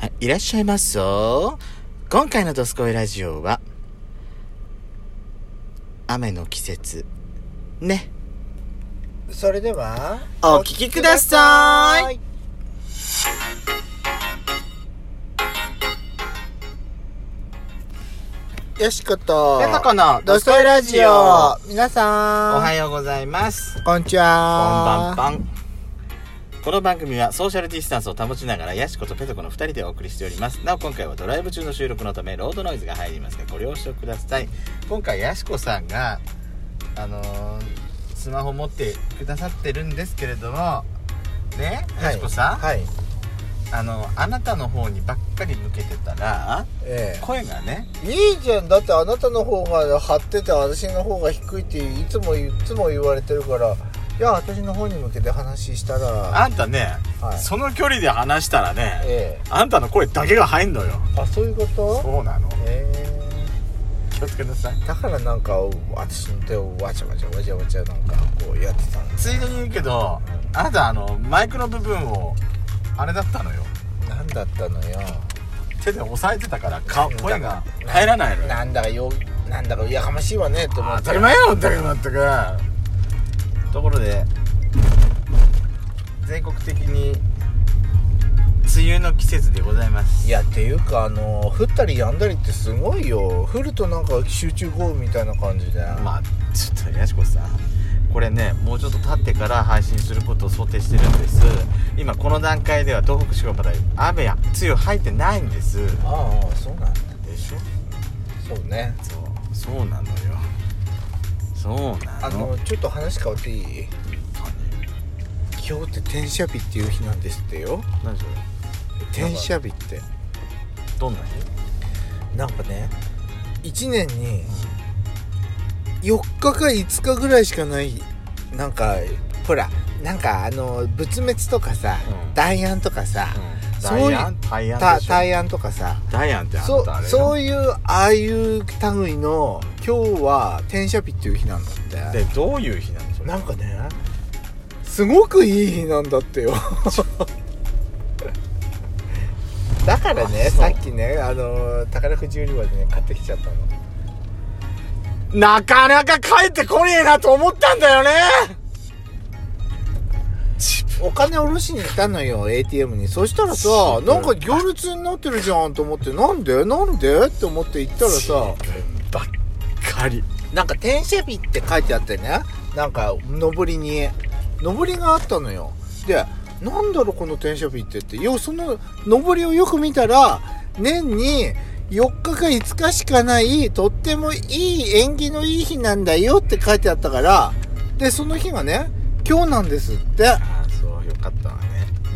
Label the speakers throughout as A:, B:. A: あいらっしゃいますよ。今回のドスコイラジオは、雨の季節、ね。
B: それでは
A: お聞きください
B: よしこと
A: ペタコの
B: ド
A: ド
B: ス
A: ス
B: コ
A: コ
B: イ
A: イ
B: ラ
A: ラ
B: ジ
A: ジ
B: オ
A: オ
B: 皆
A: お
B: さん
A: はようございます。
B: こんに
A: こん
B: ち
A: ば
B: は
A: んぱん。この番組はソーシャルディスタンスを保ちながらヤシコとペトコの2人でお送りしておりますなお今回はドライブ中の収録のためロードノイズが入りますがご了承ください今回ヤシコさんがあのースマホ持ってくださってるんですけれどもねヤシコさん、
B: はい
A: あのあなたの方にばっかり向けてたら
B: え
A: 声がね
B: えいいじゃんだってあなたの方が張ってて私の方が低いっていつもいつも言われてるからいや私の方に向けて話したら
A: あんたね、
B: はい
A: その距離で話したらね、
B: え
A: あんたの声だけが入んのよ
B: えあそういうこと
A: そうなの
B: ええ
A: 気をつけなさい
B: だからなんか私の手をわちゃわちゃわちゃわちゃなんかこうやってたんです
A: ついでに言うけどあなたあのマイクの部分をあれだったのよ
B: なんだったのよ
A: 手で押さえてたからか
B: なんだ
A: 声が入らないのよ
B: なんだかよなんだかやかましいわねって思っ
A: 当
B: て
A: たり前やろだけどまったくところで全国的に梅雨の季節でございます
B: いやっていうかあの降ったりやんだりってすごいよ降るとなんか集中豪雨みたいな感じで
A: まあちょっとやしこさんこれねもうちょっと経ってから配信することを想定してるんです今この段階では東北地方まだ雨や梅雨入ってないんですで
B: ああそうなんだ
A: しょ
B: そうね
A: そうそうなのよそうなの
B: あのちょっと話変わっていい今日って転写日っていう日なんですってよ
A: 何それ
B: 転写日って
A: どんな日
B: なんかね1年に4日か5日ぐらいしかないなんかほらなんかあの仏滅とかさ、
A: うん
B: 大安とかさ、そう
A: ダ
B: いう
A: イアンタイアン
B: た
A: でしょ
B: 大安とかさ
A: ダイアンってあ
B: そ
A: ん
B: う
A: たあれ
B: そうういうああいう類の今日は転写日っていう日なんだっ
A: で
B: て
A: どういう日なのそれ
B: なんかねすごくいい日なんだっ てよだからね
A: あそう
B: さっきねあの宝くじ売り場でね買ってきちゃったの
A: なかなか帰ってこねえなと思ったんだよね
B: お金下ろしに来たのよ ATM にそしたら
A: すご
B: さ
A: い
B: なんか行列になってるじゃんと思ってなんでなんでって思って行ったらさ
A: 自分ばっかり
B: なんか転写日って書いてあってねなんか上りに上りがあったのよでなんだろうこの転写日ってってよその上りをよく見たら年に4日か5日しかないとってもいい縁起のいい日なんだよって書いてあったからでその日がね今日なんですって
A: ああそうよかったわね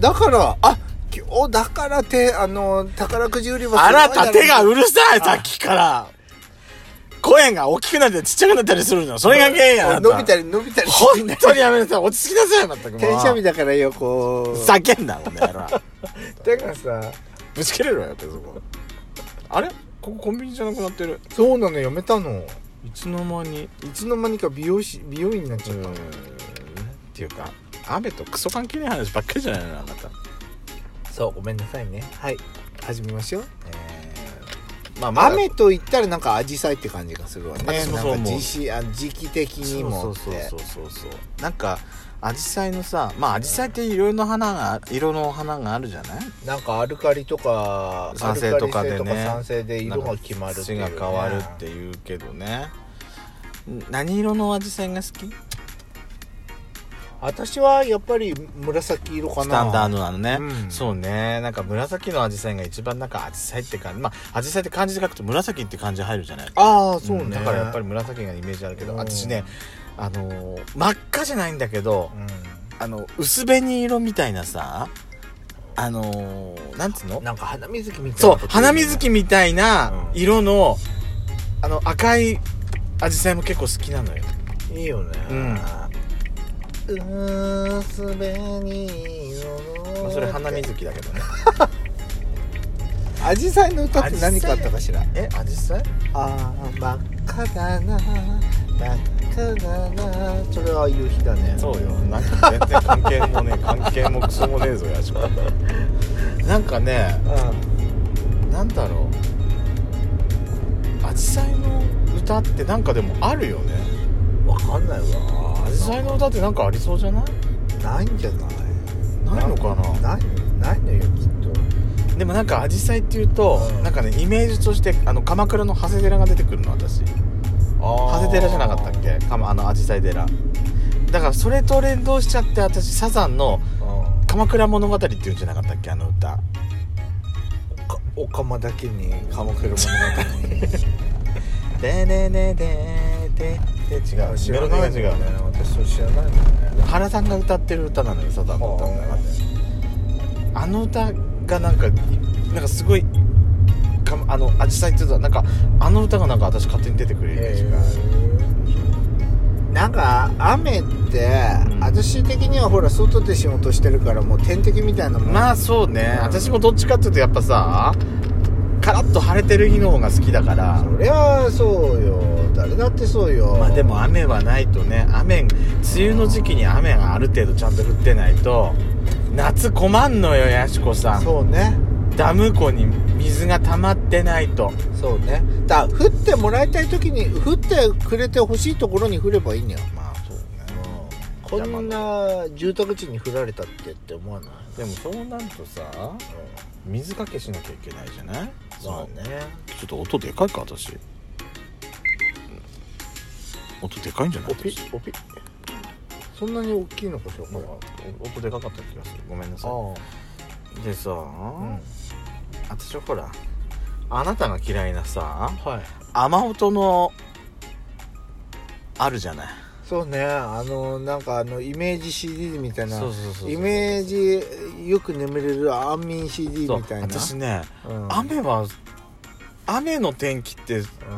B: だからあ今日だからてあの宝くじ売り場
A: あなた手が
B: 売
A: うるさいさっきから声が大きくなったりちっちゃくなったりするのそれが原因やあな
B: 伸びた
A: り
B: り伸びたり
A: 本当にやめなさい落ち着きなさいまったくもう
B: 転写日だからよこう
A: 叫んだもんねあれは
B: だからさ
A: ぶち切れるわよってそこあれここコンビニじゃなくなってる
B: そうなのやめたの
A: いつの間に
B: いつの間にか美容師美容院になっち
A: う
B: ゃっ
A: ん
B: た、
A: っていうか雨とクソ関係ない話ばっかりじゃないのあなた
B: そうごめんなさいねはい始めましょう
A: えーまあまだ
B: 雨と言ったらなんか紫陽花って感じがするわね
A: 私もそう思う
B: なんか時期あ時期的にもって
A: そうそうそうそうそうなんかアジサイのさまあアジサイっていろいろな花が色の花があるじゃない
B: なんかアルカリとか
A: 酸性とかでね
B: アルカリ性とか酸性で色が決まるっていう、ね、
A: 土が変わるっていうけどねん何色のアジサイが好き
B: 私はやっぱり紫色かな
A: スタンダードなのね、
B: うん
A: そうねなんか紫のアジサイが一番なんかアジサイって感じまあアジサイって漢字で書くと紫って漢字入るじゃない
B: ああそうね、
A: んだからやっぱり紫がイメージあるけど
B: うん
A: 私ねあのー真っ赤じゃないんだけど
B: う
A: あの薄紅色みたいなさあのーなんつうの
B: んなんか花水木みたいな
A: そう
B: こと言よ
A: 花
B: ね
A: 水木みたいな
B: うん
A: 色の、あの赤いアジサイも結構好きなのよ
B: いいよね
A: うん
B: うすべに色
A: ま
B: の
A: あそれ花水木だけ どね
B: アジサイの歌って何かあったかしら
A: えアジサイ
B: ああ真っ赤だな真っ赤だなそれは夕日だね
A: そうよなんか全 然関係もね関係もクソもねえぞやしこなんかね
B: うん
A: なんだろうアジサイの歌ってなんかでもあるよね
B: わかんないわ
A: アジサイの歌ってなんかありそうじゃない
B: ないんじゃない
A: ないのかな
B: ないないのよきっと
A: でもなんかアジサイっていうと、
B: うん
A: なんかねイメージとしてあの鎌倉の長谷寺が出てくるの私長谷寺じゃなかったっけかまあのアジサイ寺だからそれと連動しちゃって私サザンの「鎌倉物語」っていうんじゃなかったっけあの歌
B: かおかまだけに鎌倉物
A: 「でねねででで違
B: 語
A: う
B: 知
A: メ
B: ら
A: ロディー
B: な
A: が
B: いの
A: 違う
B: よね
A: ね
B: 私それ知らないのよね
A: 原さんが歌ってる歌なのよサザンの歌の中であの歌がなんかなんかすごいかあのアジサイっていうとなんかあの歌がなんか私勝手に出てくるイメージがある
B: なんか雨って、
A: うん
B: 私的にはほら外で仕事してるからもう天敵みたいなもん
A: まあそうね、
B: うん
A: 私もどっちかっていうとやっぱさカラッと晴れてる日の方が好きだから
B: そりゃそうよ誰だってそうよ
A: まあでも雨はないとね雨梅雨の時期に雨がある程度ちゃんと降ってないと夏困んのよやしこさん
B: そうね
A: ダム湖に水が溜まってないと
B: そうねだから降ってもらいたい時に降ってくれてほしいところに降ればいいんだよ
A: まあそうね
B: こんな住宅地に降られたってって思わない、
A: でもそうなんとさ水かけしなきゃいけないじゃない
B: そうね
A: ちょっと音でかいか私音でかいんじゃない私
B: おピそんなに大きいのかしらこれは
A: 音でかかった気がするごめんなさ
B: あ
A: いでさ、
B: あうん
A: 私はほらあなたが嫌いなさ
B: はい
A: 雨音のあるじゃない
B: そうねあのなんかあのイメージ CD みたいな
A: そうそうそうそう
B: イメージよく眠れる安眠 CD
A: そう
B: みたいな
A: 私ね、
B: うん
A: 雨は雨の天気って好
B: う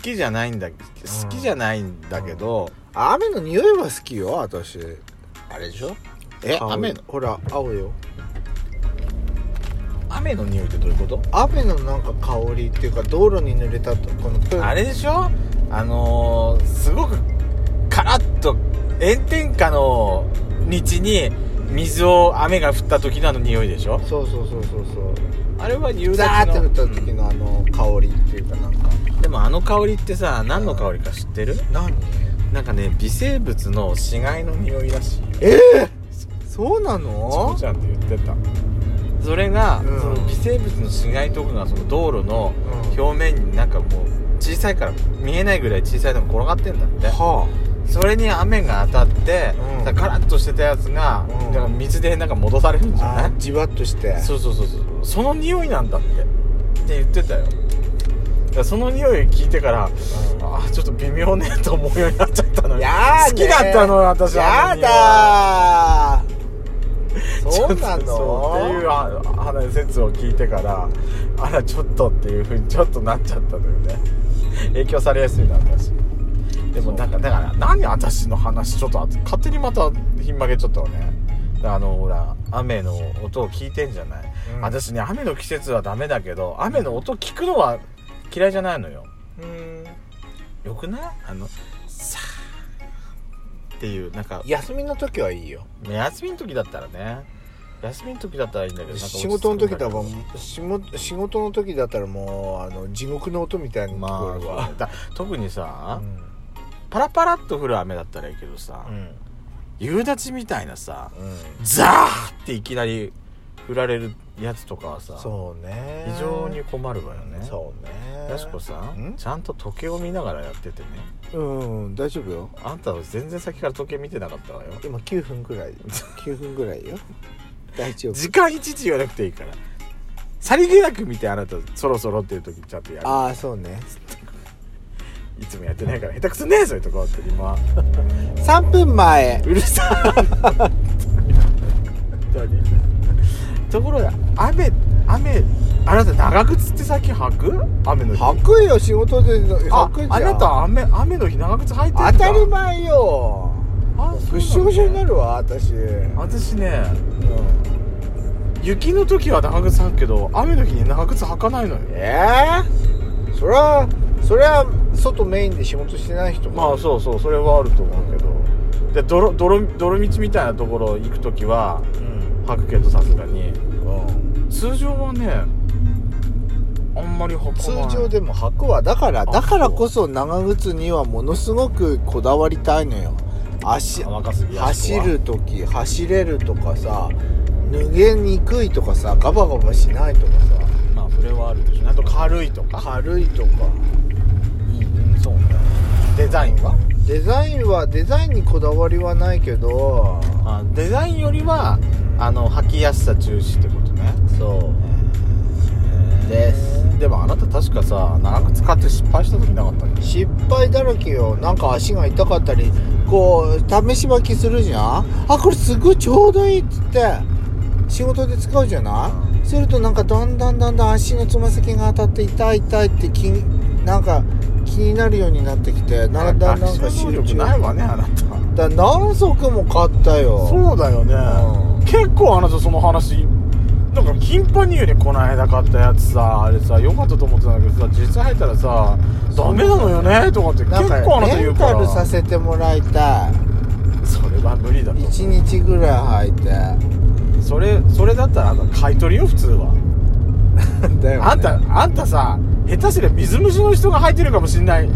B: ん
A: きじゃないんだ好きじゃないんだけど、
B: 雨の匂いは好きよ私
A: あれでしょえ
B: 青い
A: 雨の
B: ほら青よ
A: 雨の匂いってどういうこと
B: 雨のなんか香りっていうか道路に濡れたとこのプール
A: あれでしょあのー、すごくカラッと炎天下の道に水を雨が降った時のあの匂いでしょ
B: そうそうそうそうそう
A: あれは夕
B: ザー
A: 立
B: って
A: の
B: 降った時のあの香りっていうかなんか
A: でもあの香りってさ何の香りか知ってる
B: 何
A: なんかね微生物の死骸の匂いらしいよ
B: ええそうなの
A: ちゃんって言ってたそれが、
B: うん
A: その微生物の死骸とかがその道路の
B: うん
A: 表面になんかもう小さいから見えないぐらい小さいのが転がってんだって
B: は
A: それに雨が当たって、
B: うん
A: だからカラッとしてたやつが、
B: うん
A: だから水でなんか戻されるんじゃ
B: あ
A: な
B: あ
A: い
B: ーじわっとして
A: そうそうそうそうその匂いなんだってって言ってたよだからその匂い聞いてから、
B: ん
A: あーちょっと微妙ねと思うようになっちゃったのよ
B: やーね
A: 好きだったのよ私
B: や
A: あの匂い
B: だー
A: ちょっ
B: そ
A: と
B: うなの
A: そうっていうあ話説を聞いてからあらちょっとっていうふうにちょっとなっちゃったのよね影響されやすいな私でもなんかだから何私の話ちょっとあ勝手にまたひん曲げちゃったわねだからあのほら雨の音を聞いてんじゃない、
B: うん
A: 私ね雨の季節はダメだけど雨の音聞くのは嫌いじゃないのよ
B: うん
A: よくないあのさーっていうなんか
B: 休みの時はいいよ
A: 休みの時だったらね休みの時だったらいいんだけどなんか落ち着
B: 仕
A: く
B: 事の時だ
A: んだ
B: もん仕事仕事の時だったらもうあの地獄の音みたい
A: け
B: に
A: ど
B: 聞
A: ま
B: こ
A: あ
B: える
A: そう
B: わ
A: ね、だ特にさ、
B: うん
A: パラパラっと降る雨だったらいいけどさ、
B: うん
A: 夕立みたいなさ
B: うん
A: ザーっていきなり降られるやつとかはさ
B: そうね
A: 非常に困るわよね
B: そうね
A: やしこさん
B: ん
A: ちゃんと時計を見ながらやっててね
B: うん大丈夫よ
A: あんたは全然先から時計見てなかったわよ
B: 今9分ぐらい 9分ぐらいよ大丈夫
A: 時間いちいち言わなくていいからさりげなく見てあなたそろそろっていう時ちゃんとやる
B: ああそうね
A: いつもやってないから下手くそねえそういうとこって今
B: 3分前
A: うるさいところで雨雨あなた長靴って最近履く雨の日
B: 履くよ仕事で
A: あ
B: 履くじゃん
A: あなた雨雨の日長靴履いてんだ
B: 当たり前よ
A: あそうなの
B: ぐっしょぐしょになるわ私、うん、
A: 私ね雪の時は長靴履くけど雨の日に長靴履かないのよ
B: えー、そりゃそりゃ外メインで仕事してない人
A: まあそうそうそれはあると思うけどで泥泥泥道みたいなところ行く時は
B: うん
A: 履くけどさすがに
B: うん
A: 通常はねあんまり履
B: 通
A: かない
B: 常でも履くわだからだからこそ長靴にはものすごくこだわりたいのよ足
A: 若杉やす子
B: 走
A: は
B: る時走れるとかさ脱げにくいとかさガバガバしないとか
A: まあ触れはあるでしょ
B: さあと軽いとか軽いとか
A: うんそうねデザインは
B: デザインはデザインにこだわりはないけど
C: あデザインよりはあの履きやすさ重視ってことね
B: そです
C: でもあなた確かさ長く使って失敗した時なかったっけ
B: う失敗だらけよなんか足が痛かったりこう試し履きするじゃんあこれすごいちょうどいいっつって仕事で使うじゃないするとなんかだんだんだんだん足のつま先が当たって痛い痛いって気になんか気になるようになってきてだんだんなんか
C: 学習
B: 集
C: 能力
B: 中
C: ないわねあなた
B: だ何足も買ったよ
A: そうだよね、結構あなたその話なんか頻繁に言うねこの間買ったやつさあれさ良かったと思ってたんだけどさ実際入ったらさダメなのよねとかって結
B: なんか
A: 構あなた言
B: レ
A: う
B: ン
A: か
B: タ
A: ら
B: ルさせてもらいたい
A: それは無理だと
B: 1日ぐらい履いて
A: それそれだったらあんた買い取りよ普通は
B: だよね
A: あんたあんたさ下手すりゃ水虫の人が履いてるかもしんない一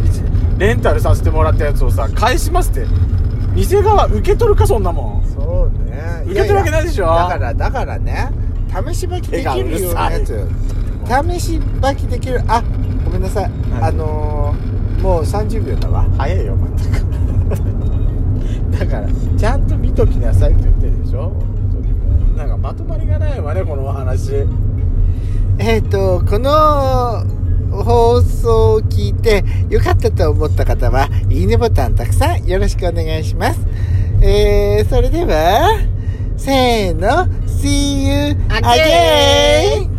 A: レンタルさせてもらったやつをさ返しますって店側受け取るかそんなもん
B: そうね
A: 受け取るわけないでしょ
B: ややだからだからね試し履きできるようなやつ試し履きできるあごめんなさい
A: 何
B: あのー、もう30秒だわ
A: 早いよ全くだからちゃんと見ときなさいって言ってるでしょ本当にもうなんかまとまりがないわねこのお話
B: えっ、とこの放送を聞いて良かったと思った方はいいねボタンたくさんよろしくお願いしますえー、それではせーの See you again!